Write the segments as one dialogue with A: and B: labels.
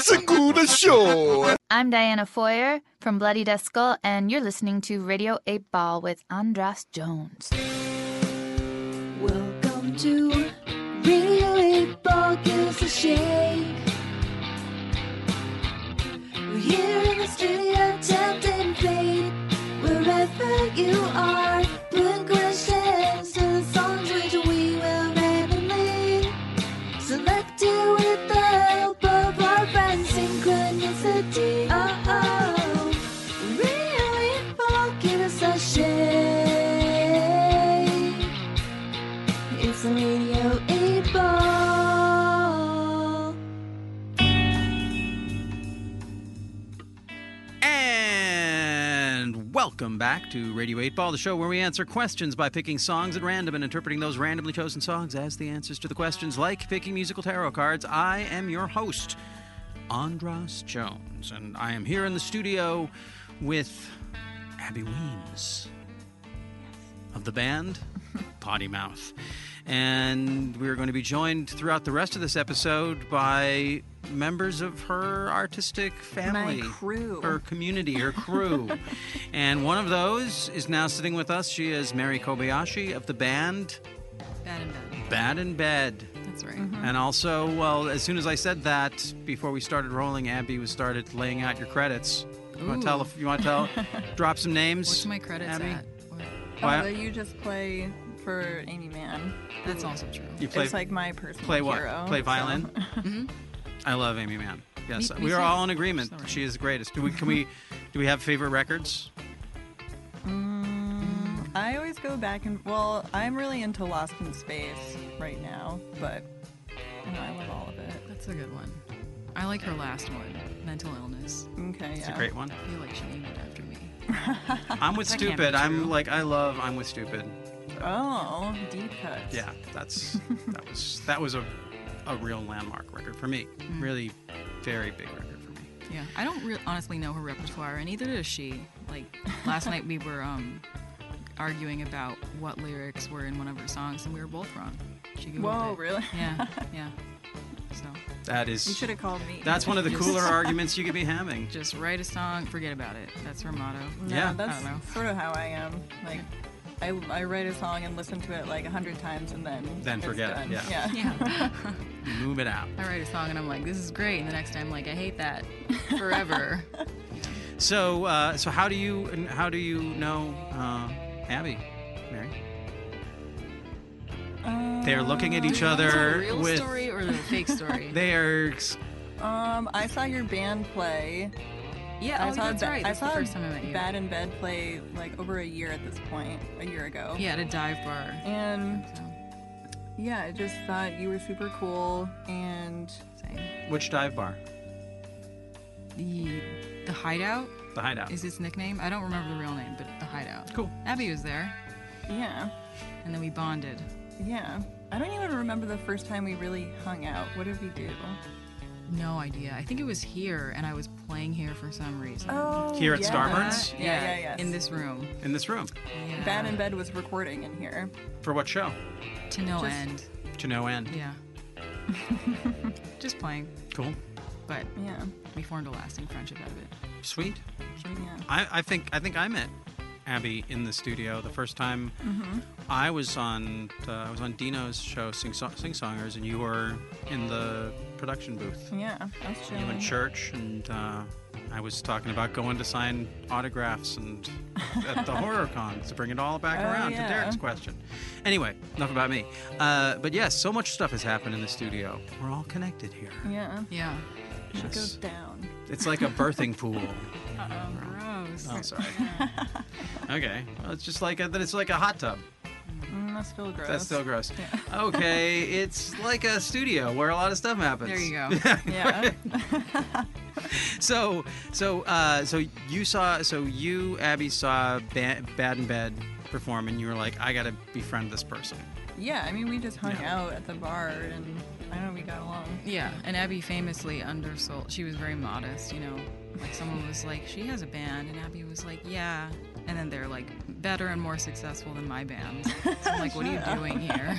A: Segura Show.
B: I'm Diana Foyer from Bloody Duskull, and you're listening to Radio 8 Ball with Andras Jones.
C: Welcome to Radio 8 Ball Gives a Shake. We're here in the studio, tapped and played. Wherever you are, put questions to the songs which we will randomly select you with the help of our friend Synchronicity. Oh, oh. Radio 8 Ball Gives a Shake. It's a radio eight ball.
D: And welcome back to Radio 8 Ball, the show where we answer questions by picking songs at random and interpreting those randomly chosen songs as the answers to the questions, like picking musical tarot cards. I am your host, Andras Jones, and I am here in the studio with Abby Weems of the band Potty Mouth. And we are going to be joined throughout the rest of this episode by members of her artistic family,
E: crew.
D: her community, her crew. and one of those is now sitting with us. She is Mary Kobayashi of the band
E: Bad and bad.
D: Bad in Bed.
E: That's right.
F: Mm-hmm.
D: And also, well, as soon as I said that, before we started rolling, Abby was started laying out your credits. You want
E: Ooh.
D: to tell? You want to tell? drop some names.
E: What's my credits
D: Abby?
E: at? What-
D: Why-
F: Although Oh, you just play for Amy Mann.
E: That's also true.
D: You play
F: it's like my personal
D: play what?
F: hero.
D: play
F: so-
D: violin. I love Amy Mann. Yes,
E: Me-
D: we
E: me
D: are
E: too.
D: all in agreement.
E: Sorry.
D: She is the greatest. Do we? Can we? Do we have favorite records?
F: Mm, I always go back and well, I'm really into Lost in Space right now, but you know, I love all of it.
E: That's a good one. I like her last one, mental illness.
F: Okay,
D: It's
F: yeah.
D: a great one.
E: I feel like she named it after me.
D: I'm with
E: That can't be
D: stupid. I'm
E: true.
D: like I love. I'm with stupid.
F: Oh, deep cuts.
D: Yeah, that's that was that was a a real landmark record for me. Really, very big record for me.
E: Yeah, I don't re- honestly know her repertoire, and neither does she. Like last night, we were um, arguing about what lyrics were in one of her songs, and we were both wrong. She Googled
F: Whoa,
E: it.
F: really?
E: Yeah, yeah. So
D: That is.
F: You should have called me.
D: That's one of the
E: Yes.
D: cooler arguments you could be having.
E: just write a song, forget about it. That's her motto.
F: No,
D: yeah.
F: that's
E: I don't know.
F: sort of how I am. Like, I, I write a song and listen to it like a hundred times and then
D: Then
F: it's
D: forget it,
F: done.
D: yeah.
F: yeah.
E: Yeah.
D: Move it out.
E: I write a song and I'm like, this is great. And the next time, I'm like, I hate that forever.
D: So, uh, so how do you and how do you know uh, Abby, Mary? they are looking at each
E: Is it
D: other
E: Uh, a real
D: with.
E: story or the fake story?
D: They are. s-
F: Um, I saw your band play
E: yeah,
F: I
E: oh,
F: saw,
E: that's
F: Ba-
E: right. That's
F: I
E: the
F: saw
E: first time I met you.
F: Bad in Bed play like over a year at this point, a year ago.
E: yeah, at a dive bar.
F: And
E: So,
F: yeah, I just thought you were super cool and
E: same.
D: Which dive bar?
E: The, the Hideout
D: The Hideout.
E: is its nickname. I don't remember the real name, but the Hideout.
D: Cool.
E: Abby was there,
F: yeah,
E: and then we bonded.
F: yeah. I don't even remember the first time we really hung out. What did we do?
E: No idea. I think it was here, and I was playing here for some reason.
F: Oh,
D: Here at Starburns?
E: Yeah,
F: Yeah, yeah, yeah.
E: In this uh, room.
D: in this room.
E: Yeah.
F: Bad in Bed was recording in here.
D: For what show?
E: To no
F: Just-
E: end.
D: To no end.
E: Yeah. Just playing,
D: Cool.
E: but
F: Yeah,
E: we formed a lasting friendship out of it.
D: Sweet.
F: yeah.
D: I, I think I think I met Abby in the studio the first time
E: Mm-hmm.
D: I was on the, I was on Dino's show Sing so- Sing Songers and you were in the production booth.
F: Yeah, that's
D: You in
F: chilling.
D: church and uh, I was talking about going to sign autographs and at the horror con to bring it all back
F: Oh,
D: around
F: yeah.
D: to Derek's question. Anyway, enough about me. Uh, but yes, so much stuff has happened in the studio. We're all connected here.
F: Yeah,
E: Yeah.
F: should go
D: Yes.
F: down.
D: It's like a birthing pool.
E: Oh, gross.
D: Oh, sorry. okay. Well, it's just like a, then it's like a hot tub.
F: Mm, that's still gross.
D: That's still gross. Okay, it's like a studio where a lot of stuff happens.
E: There you go.
F: Yeah.
D: So, so, uh, so you saw, so you, Abby, saw ba- Bad in Bed perform, and you were like, I gotta befriend this person.
F: Yeah, I mean, we just hung
D: Yeah.
F: out at the bar and I don't know, we got along.
E: Yeah, and Abby famously undersold. She was very modest, you know. Like someone was like, "She has a band," and Abby was like, "Yeah," and then they're like, "Better and more successful than my band." So I'm like, "What are you doing here?"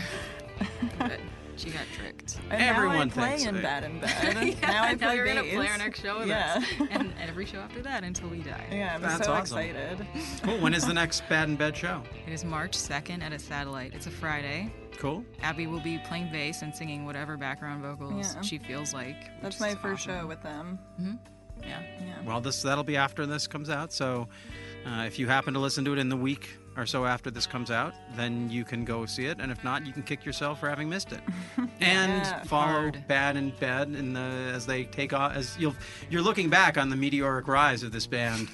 E: But She got tricked.
F: And
D: Everyone
F: now I play
D: thinks
F: in
D: it.
F: Bad and Bad.
E: yeah,
F: now I play
E: you're gonna play our
F: bass.
E: next show with
F: yeah.
E: us, and every show after that until we die.
F: yeah, I'm
D: That's
F: so
D: awesome.
F: excited.
D: Cool. When is the next Bad in Bed show?
E: It is March 2nd at a satellite. It's a Friday.
D: Cool.
E: Abby will be playing bass and singing whatever background vocals
F: Yeah.
E: she feels like. which
F: That's my
E: is
F: first
E: awesome.
F: show with them.
E: Yeah.
F: Yeah.
D: Well, this that'll be after this comes out. So, uh, if you happen to listen to it in the week or so after this comes out, then you can go see it. And if not, you can kick yourself for having missed it. and
F: Yeah,
D: follow
E: hard.
D: Bad and Bad in the as they take off. As you'll you're looking back on the meteoric rise of this band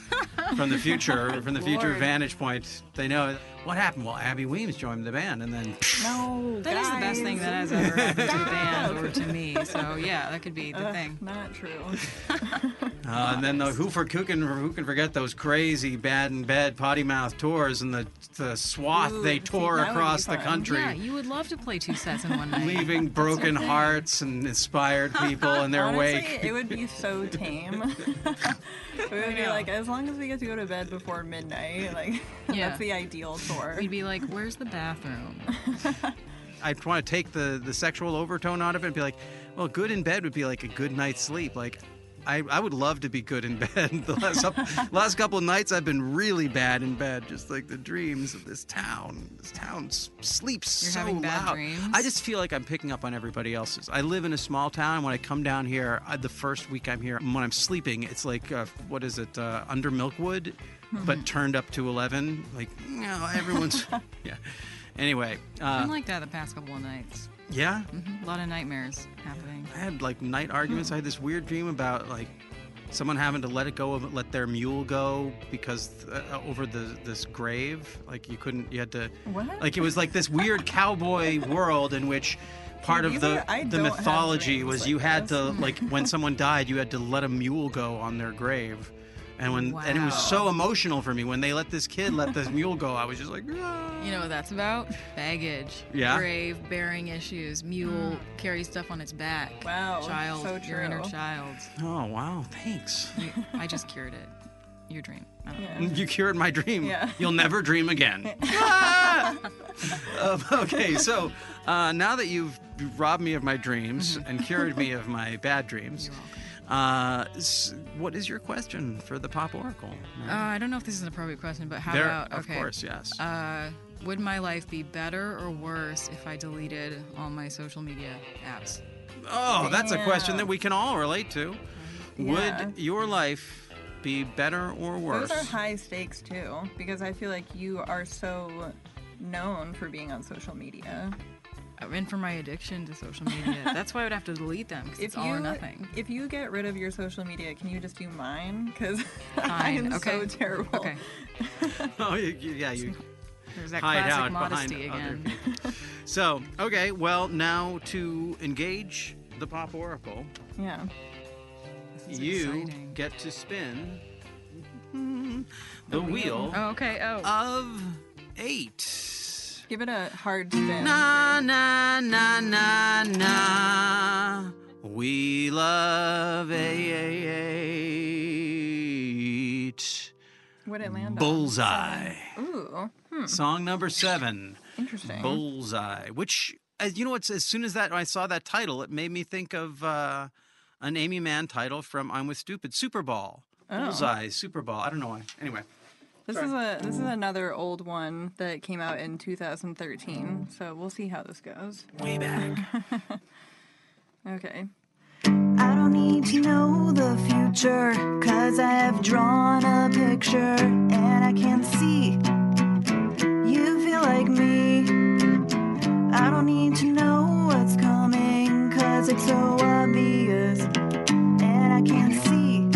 D: from the future, from the future
E: Lord.
D: vantage point. They know what happened. Well, Abby Weems joined the band, and then
F: No,
E: That is the best thing that has ever happened to a band or to me. So yeah, that could be the thing.
F: Not true.
D: Uh, and then the who for who can who can forget those crazy bad in bed potty mouth tours and the the swath
F: Ooh,
D: they
F: see,
D: tore
F: that would be
D: across the
F: fun.
D: country,
E: Yeah, you would love to play two sets in one night.
D: leaving broken hearts and inspired people in their
F: Honestly,
D: wake.
F: it would be so tame. we would be
E: know.
F: like, as long as we get to go to bed before midnight, like
E: Yeah.
F: that's the ideal tour.
E: We'd be like, "Where's the bathroom?"
D: I want to take the the sexual overtone out of it and be like, well, good in bed would be like a good night's sleep, like. I, I would love to be good in bed. The last, up, last couple of nights, I've been really bad in bed, just like the dreams of this town. This town s- sleeps
E: You're
D: so
E: having bad
D: loud.
E: dreams?
D: I just feel like I'm picking up on everybody else's. I live in a small town. When I come down here, I, the first week I'm here, when I'm sleeping, it's like uh, what is it, uh, under Milkwood,
E: Mm-hmm.
D: but turned up to eleven. Like no, everyone's yeah. Anyway, uh,
E: I'm like that the past couple of nights.
D: yeah.
F: Mm-hmm.
E: A lot of nightmares happening.
D: I had like night
F: Hmm.
D: arguments. I had this weird dream about like someone having to let it go of let their mule go because uh, over the this grave, like you couldn't, you had to.
F: What?
D: Like it was like this weird cowboy world in which part of
F: These
D: the
F: are- I
D: the
F: don't have
D: mythology
F: dreams
D: was
F: like
D: you had
F: this. Hmm.
D: to like when someone died, you had to let a mule go on their grave. And when and it was
E: Wow.
D: so emotional for me when they let this kid let this mule go, I was just like, "Ah."
E: You know what that's about? Baggage.
D: Yeah.
E: Grave, bearing issues, mule, carry stuff on its back.
F: Wow,
E: Child,
F: so
E: your inner
F: true.
E: child.
D: oh wow, thanks.
E: You, I just cured it. Your dream. I don't know.
F: Yeah.
D: You cured my dream.
F: Yeah.
D: You'll never dream again. Ah! Um, okay, so uh, now that you've robbed me of my dreams
F: Mm-hmm.
D: and cured me of my bad dreams, uh, s- what is your question for the Pop Oracle?
E: Uh,
F: Oh,
E: I don't know if this is an appropriate question, but how
D: there,
E: about
D: of
E: okay?
D: course, yes.
E: Uh, would my life be better or worse if I deleted all my social media apps?
D: oh, that's a question
F: yeah.
D: that we can all relate to.
F: Yeah.
D: Would your life be better or worse?
F: Those are high stakes too, because I feel like you are so known for being on social media.
E: I'm in for my addiction to social media. That's why I would have to delete them 'cause
F: If
E: it's all
F: you
E: or nothing.
F: if you get rid of your social media, can you just do mine? Because
E: Fine.
F: I'm
E: okay.
F: so terrible.
E: Okay.
D: oh, you, you- yeah, you
E: There's that
D: hide
E: classic
D: out
E: modesty
D: behind other
E: again.
D: people. so, okay, well, now to engage the Pop Oracle.
F: Yeah.
E: This is
D: you
E: exciting.
D: get to spin the wheel
E: Oh, okay. Oh.
D: of eight.
F: Give it a hard spin.
D: Na na na na na. We love eight.
F: What it land
D: Bullseye.
F: on? Ooh,
D: Song number seven.
F: interesting.
D: Bullseye. Which, as you know, it's as soon as that I saw that title, it made me think of uh, an Amy Mann title from I'm with Stupid, Super Ball. Bullseye, Super Ball. I don't know why. Anyway,
F: This is a this is another old one that came out in 2013. So we'll see how this goes.
D: way back.
F: Okay.
G: I don't need to know the future, cause I have drawn a picture and I can see you feel like me. I don't need to know what's coming, cause it's so obvious and I can see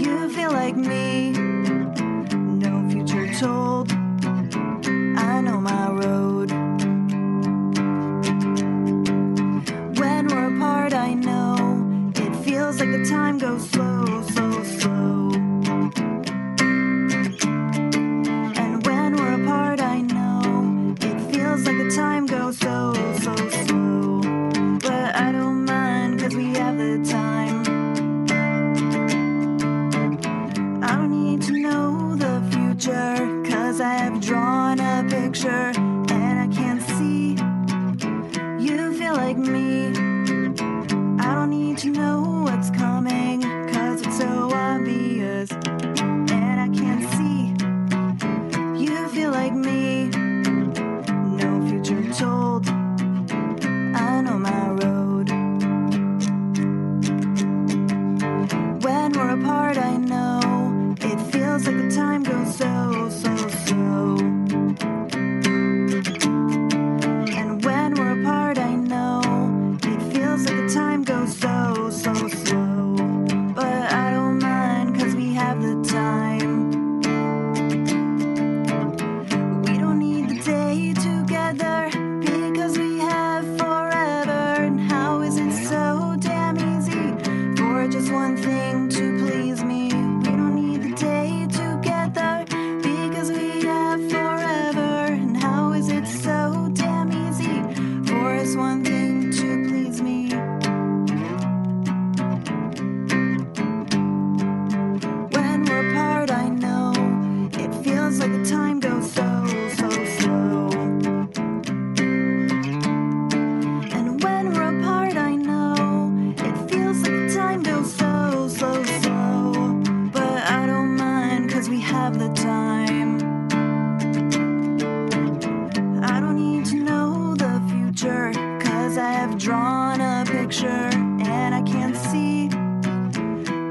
G: you feel like me. No future told, I know my road. When we're apart, I know it feels like the time goes slow, so slow. And when we're apart, I know it feels like the time goes so, so slow. But I don't mind, cause we have the time. I don't need to know the future, cause I have drawn a picture and I can see you feel is coming, cause it's so obvious. And I can't see, you feel like me. No future told, I know my road. When we're apart, I know it feels like the time goes so, so, so. And when we're apart, I know it feels like the time goes so, so slow. But I don't mind, cause we have the time. We don't need the day together because we have forever. And how is it so damn easy for just one thing to please me? We don't need the day together because we have forever. And how is it so damn easy for just one thing to please me? When we're apart, I know it feels like the time goes so, so slow. And when we're apart, I know it feels like the time goes so, so slow. But I don't mind, cause we have the time. I don't need to know the future, cause I have drawn a picture and I can't see.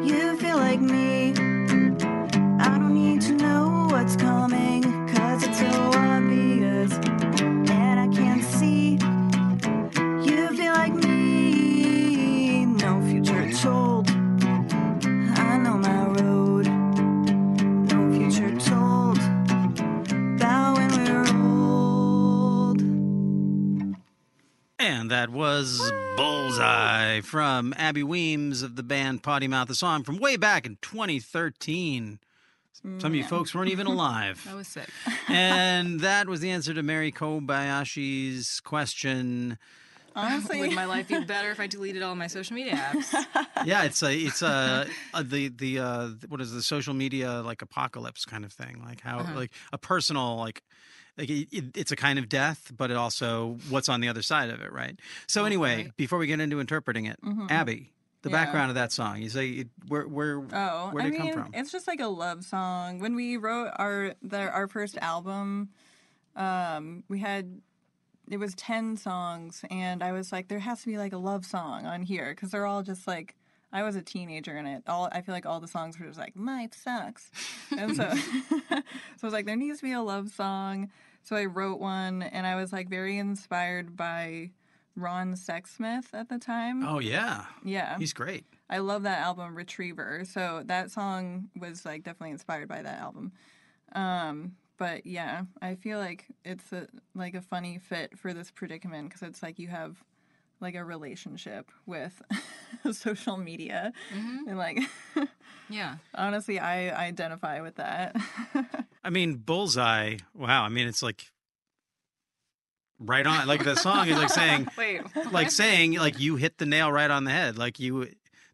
G: You feel like me. I don't need to know what's coming, cause it's so obvious. And I can't see. You feel like me. No future told. I know my road. No future told. About when we're old.
D: And that was Bullseye from Abby Weems of the band Potty Mouth, a song from way back in 2013. Some of you folks weren't even alive.
E: That was sick.
D: and that was the answer to Mary Kobayashi's question.
F: Honestly,
E: Would my life be better if I deleted all my social media apps?
D: Yeah, it's a it's a, a the the uh, what is it, the social media like apocalypse kind of thing? Like how like a personal like like it, it- it's a kind of death, but it also what's on the other side of it, right? So anyway, before we get into interpreting it, Abby, the
F: Yeah.
D: background of that song, you say it, where where
F: Oh,
D: where
F: I
D: did
F: mean,
D: it come from?
F: it's just like a love song. When we wrote our the, our first album, um, we had it was ten songs, and I was like, there has to be like a love song on here because they're all just like. I was a teenager and it. All I feel like all the songs were just like life sucks, and so so I was like there needs to be a love song. So I wrote one, and I was like very inspired by Ron Sexsmith at the time.
D: Oh yeah,
F: yeah,
D: he's great.
F: I love that album Retriever. So that song was like definitely inspired by that album. Um, but yeah, I feel like it's a, like a funny fit for this predicament because it's like you have like a relationship with social media and like
E: Yeah.
F: honestly I identify with that.
D: I mean, Bullseye. Wow. I mean, it's like right on. Like the song is like saying,
E: Wait.
D: like saying, like you hit the nail right on the head. Like you,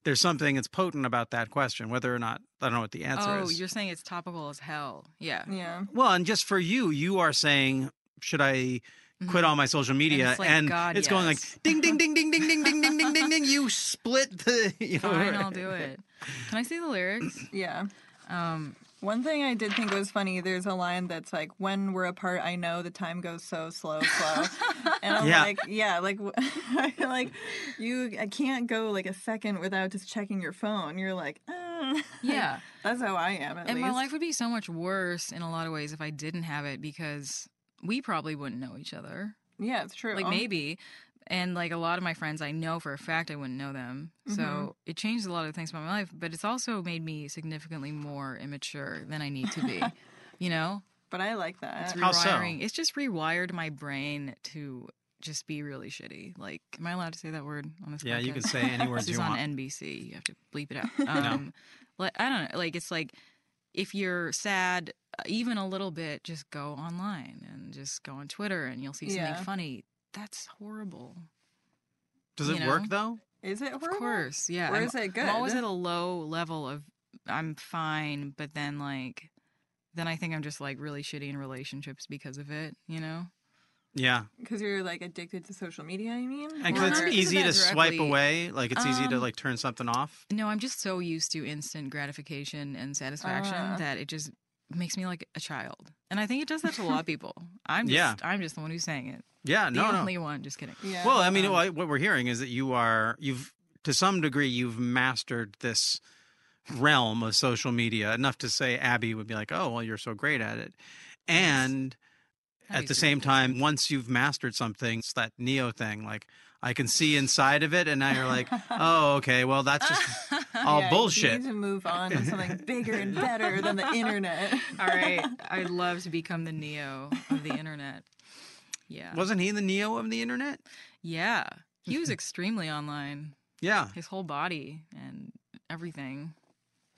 D: there's something that's potent about that question, whether or not I don't know what the answer
E: Oh,
D: is.
E: you're saying it's topical as hell. Yeah.
F: yeah.
D: Well, and just for you, you are saying, should I? Quit all my social media, and
E: Mm-hmm. it's like, God,
D: it's going like
E: yes.
D: ding, ding, ding, ding, ding, ding, ding, ding, ding, ding, ding. You split the, you know,
E: Fine, I'll do it. Can I see the lyrics?
F: Yeah.
E: Um,
F: One thing I did think was funny, there's a line that's like, "When we're apart, I know the time goes so slow, slow." and I'm
D: Yeah.
F: like, "Yeah, like, w- I feel like you, I can't go like a second without just checking your phone." You're like, "Uh."
E: yeah.
F: that's how I am." At
E: and
F: least.
E: my life would be so much worse in a lot of ways if I didn't have it because we probably wouldn't know each other.
F: yeah, it's true.
E: Like maybe. And like a lot of my friends I know for a fact I wouldn't know them.
F: Mm-hmm.
E: So it changed a lot of things about my life, but it's also made me significantly more immature than I need to be. you know?
F: but I like that.
E: It's
D: How so?
E: rewiring. It's just rewired my brain to just be really shitty. Like, am I allowed to say that word on this?
D: Yeah, you can
E: podcast?
D: say any words
E: This is
D: you
E: on
D: want.
E: NBC. You have to bleep it out. Um, like, I don't know. Like, it's like if you're sad, uh, even a little bit, just go online and just go on Twitter, and you'll see something
F: Yeah.
E: funny. That's horrible.
D: Does it
E: you
D: work
E: know?
D: though?
F: Is it horrible?
E: Of course, yeah.
F: Or
E: I'm-
F: is it good?
E: I'm always at a low level of I'm fine, but then like, then I think I'm just like really shitty in relationships because of it. You know.
D: Yeah.
F: because you're like addicted to social media. I mean,
D: And 'cause
E: Well,
D: it's
E: not because of
D: easy
E: that
D: to swipe
E: directly.
D: away. Like it's easy to
E: Um,
D: like turn something off.
E: No, I'm just so used to instant gratification and satisfaction
F: Ah.
E: that it just makes me like a child. And I think it does that to a lot of people. I'm just
D: Yeah.
E: I'm just the one who's saying it.
D: Yeah.
E: The
D: No. no.
E: only one, just kidding.
F: yeah. Um,
D: Well, I mean, wha- what we're hearing is that you are you've to some degree you've mastered this realm of social media enough to say Abby would be like, "Oh, well, you're so great at it," and at
E: Abby's
D: the
E: great
D: same
E: at it.
D: time, once you've mastered something, it's that Neo thing, like. I can see inside of it, and now you're like, oh, okay, well, that's just all
F: Yeah, You
D: bullshit.
F: need to move on to something bigger and better than the internet.
E: All right. I'd love to become the Neo of the internet. Yeah.
D: Wasn't he the Neo of the internet?
E: Yeah. He was extremely online.
D: Yeah.
E: His whole body and everything.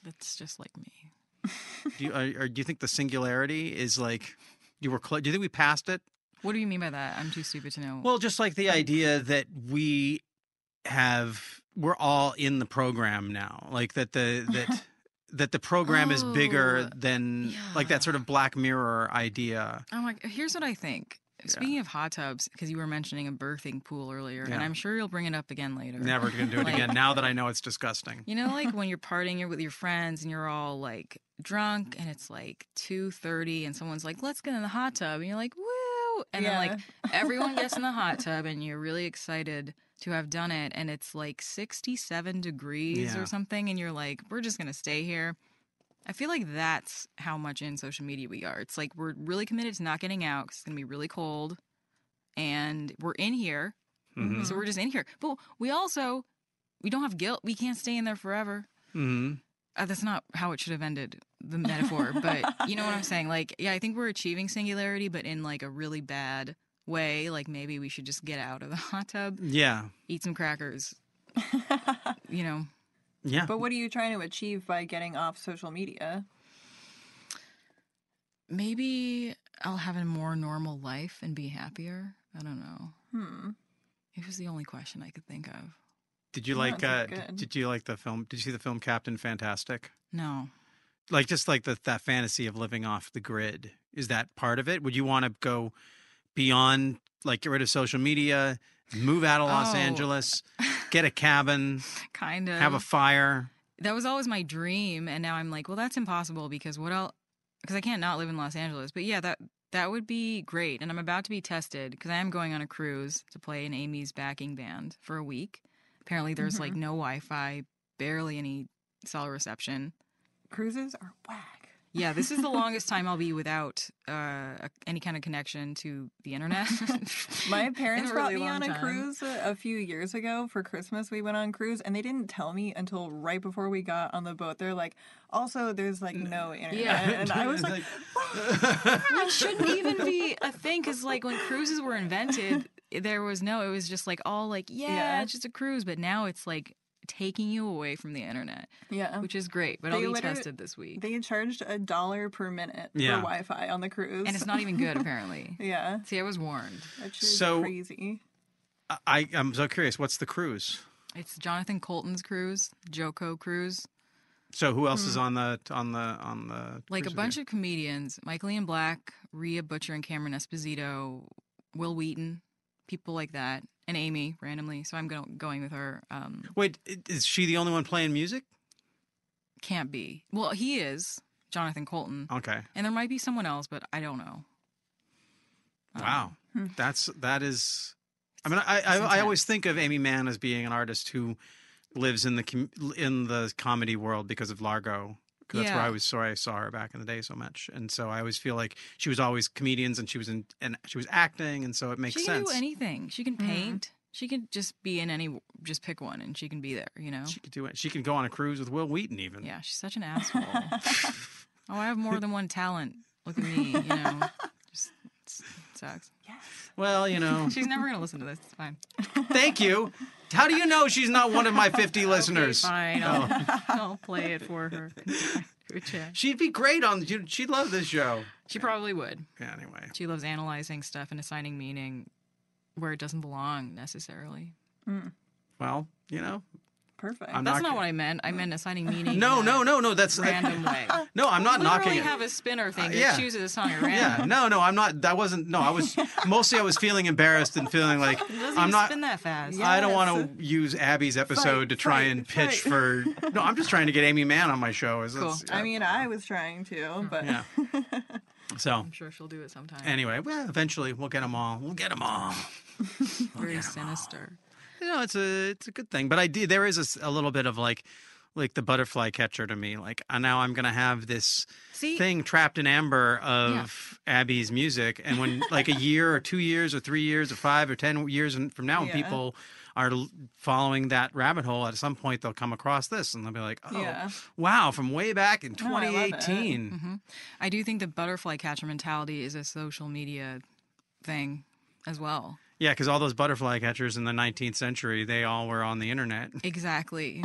E: That's just like me.
D: Do you, are, are- do you think the singularity is like, you were close? Do you think we passed it?
E: What do you mean by that? I'm too stupid to know.
D: Well, just like the idea that we have we're all in the program now. Like that the that that the program is bigger
E: Oh,
D: than like that sort of black mirror idea.
E: I'm like, here's what I think. Speaking of hot tubs, because you were mentioning a birthing pool earlier, and
D: Yeah.
E: I'm sure you'll bring it up again later.
D: Never gonna do it
E: Like-
D: again now that I know it's disgusting.
E: You know, like when you're partying you're with your friends and you're all like drunk, and it's like two thirty, and someone's like, "Let's get in the hot tub," and you're like, "Woo!" And then like everyone gets in the hot tub, and you're really excited to have done it, and it's like sixty-seven degrees
D: Yeah.
E: or something, and you're like, "We're just gonna stay here." I feel like that's how much in social media we are. It's like we're really committed to not getting out 'cause it's gonna be really cold, and we're in here,
D: Mm-hmm.
E: so we're just in here. But we also we don't have guilt. We can't stay in there forever.
D: hmm
E: Uh, that's not how it should have ended the metaphor, but you know what I'm saying. Like, yeah, I think we're achieving singularity, but in like a really bad way. Like maybe we should just get out of the hot tub,
D: Yeah.
E: eat some crackers. you know,
D: Yeah.
F: but what are you trying to achieve by getting off social media?
E: maybe I'll have a more normal life and be happier. I don't know.
F: Hmm.
E: It was the only question I could think of.
D: did you
F: Yeah,
D: like uh,
F: that's
D: did,
F: good.
D: did you like the film did you see the film Captain Fantastic?
E: No,
D: Like just like the, that fantasy of living off the grid. Is that part of it? Would you want to go beyond like get rid of social media, move out of Los
E: Oh.
D: Angeles? get a cabin,
E: kind of.
D: have a fire.
E: that was always my dream and now i'm like well that's impossible because what else because i can't not live in los angeles but yeah that that would be great and i'm about to be tested because i am going on a cruise to play in amy's backing band for a week apparently there's like no wi-fi barely any cell reception
F: Cruises are whack.
E: yeah this is the longest time i'll be without uh, a- any kind of connection to the internet
F: My
E: In a
F: parents brought
E: really
F: me on
E: long
F: a
E: time.
F: cruise a, a few years ago for Christmas. We went on a cruise, and they didn't tell me until right before we got on the boat. They're like, "Also, there's like no internet,"
E: Yeah.
F: and I was like,
E: It shouldn't even be a thing because, like, when cruises were invented, there was no, it was just like all like, yeah,
F: Yeah.
E: it's just a cruise. But now it's like taking you away from the internet,
F: "Yeah."
E: which is great. But I'll
F: Oh. They
E: be
F: literally-
E: tested this week.
F: They charged a dollar per minute
D: Yeah.
F: for Wi-Fi on the cruise,
E: and it's not even good, apparently.
F: yeah,
E: See, I was warned.
F: which is
D: So-
F: crazy.
D: I, I'm so curious. What's the cruise?
E: It's Jonathan Colton's cruise, Joko cruise.
D: So who else is on the on the on the
E: Hmm. Like a bunch of comedians Michael Ian Black, Rhea Butcher, and Cameron Esposito, Will Wheaton, people like that. And Amy randomly, so I'm go- going with her. Um,
D: Wait, i- is she the only one playing music?
E: can't be. Well, he is Jonathan Colton,
D: Okay.
E: and there might be someone else, but I don't know. Um,
D: Wow. That's that is. I mean, I I, I always think of Amy Mann as being an artist who lives in the com- in the comedy world because of Largo. 'Cause That's where
E: Yeah.
D: I was sorry I saw her back in the day so much, and so I always feel like she was always comedians and she was in and she was acting, and so it makes
E: she can
D: sense.
E: do anything. She can paint. She can just be in any. Just pick one, and she can be there. You know.
D: she could do it. She can go on a cruise with Will Wheaton even.
E: yeah, she's such an asshole. oh, I have more than one talent. Look at me. You know. Just it's- it sucks.
D: Well, you know.
E: She's never gonna listen to this. It's fine.
D: Thank you. How do you know she's not one of my 50 listeners? Oh.
E: Okay, fine. I'll, I'll play it for her. Good chat.
D: She'd be great on. she'd- She'd love this show.
E: She probably would.
D: Yeah, Anyway,
E: She loves analyzing stuff and assigning meaning where it doesn't belong necessarily.
D: well, you know,
F: perfect.
D: I'm
E: That's
D: knocking-
E: not what I meant. I meant assigning meaning.
D: No,
E: in
D: no,
E: a
D: no, no. That's
E: Random way.
D: No, I'm not
E: We
D: knocking
E: really
D: it.
E: have a spinner thing that
D: yeah.
E: chooses a song at random.
D: yeah, no, no, I'm not. That wasn't. No, I was mostly I was feeling embarrassed and feeling like
E: Doesn't
D: I'm
E: even
D: not.
E: spin that fast.
D: I don't
F: Yes.
D: want to use Abby's episode
F: Fight,
D: to try
F: fight,
D: and pitch
F: fight.
D: for. No, I'm just trying to get Amy Mann on my show. Is
E: Cool.
F: I mean, I was trying
E: hmm.
F: to, but
D: yeah. So
E: I'm sure she'll do it sometime.
D: anyway, well, eventually we'll get them all. We'll get them all.
E: Very sinister.
D: You know, it's a it's a good thing. But I do. There is a s- a, little bit of like. Like the butterfly catcher to me, like uh, now I'm gonna have this
E: See,
D: thing trapped in amber of Abby's music. And when, like, a year or two years or three years or five or 10 years and- from now, when
F: Yeah.
D: people are l- following that rabbit hole, at some point they'll come across this and they'll be like, oh,
F: Yeah. Oh,
D: wow, from way back in
F: I love it. Mm-hmm.
D: 2018.
E: I do think the butterfly catcher mentality is a social media thing as well.
D: Yeah, because all those butterfly catchers in the 19th century, they all were on the internet.
E: Exactly.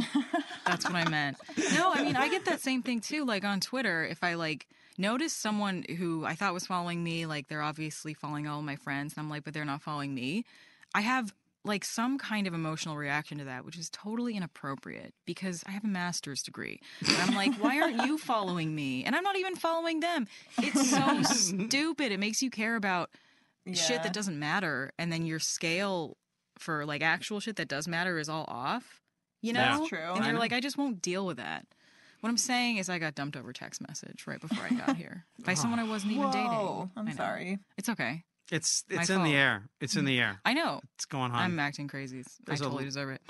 E: That's what I meant. No, I mean, I get that same thing too. Like on Twitter, if I like notice someone who I thought was following me, like they're obviously following all my friends, and I'm like, but they're not following me. I have like some kind of emotional reaction to that, which is totally inappropriate because I have a master's degree. And I'm like, why aren't you following me? And I'm not even following them. It's so stupid. It makes you care about shit
F: Yeah.
E: that doesn't matter and then your scale for like actual shit that does matter is all off you know
D: That's
F: true.
E: and
F: I
E: you're
F: know.
E: like i just won't deal with that what i'm saying is i got dumped over text message right before i got here by someone i wasn't even
F: Whoa,
E: dating I
F: I'm
E: know.
F: sorry.
E: it's okay
D: It's
E: My
D: it's in
E: fault.
D: the air. It's in the air.
E: i know
D: It's going on.
E: i'm acting crazy It's- i
D: There's a
E: totally
D: l-
E: deserve it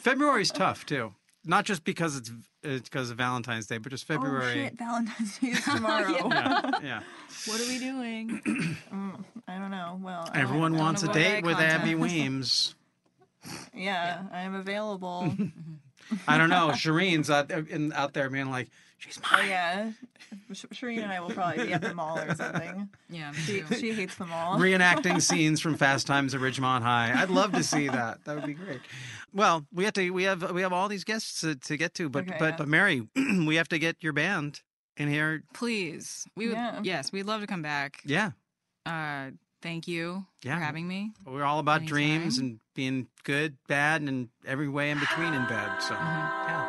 D: February's tough, too. Not just because it's it's because of Valentine's Day, but just
F: Oh
D: February.
F: shit, Valentine's Day is tomorrow.
D: yeah, yeah.
E: what are we doing
F: Mm, I don't know. Well, I-
D: Everyone
E: don't
D: wants a
E: avoid eye
D: date with Abby
E: contact.
D: Weems.
F: yeah, I'm available.
D: I don't know. Shireen's out there, in, out there being like, she's
F: oh
D: mine.
F: yeah, Sh- Shireen and I will probably be at the mall or something.
E: yeah me
F: She,
E: too.
F: she hates them all.
D: Reenacting scenes from Fast Times at Ridgemont High. I'd love to see that. That would be great. Well, we have to. We have we have all these guests to, to get to, but
F: Okay,
D: but
F: yeah.
D: but Mary, we have to get your band in here.
E: please we would
F: Yeah.
E: yes we'd love to come back
D: Yeah,
E: uh thank you
D: Yeah.
E: for having me
D: we're all about
E: Anytime.
D: dreams and being good, bad, and in every way in between in bed. So
F: Mm-hmm.
D: yeah,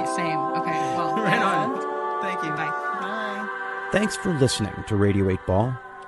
E: Yeah, same okay well
D: right on. Thank you.
E: bye
F: Bye.
H: Thanks for listening to Radio 8 Ball.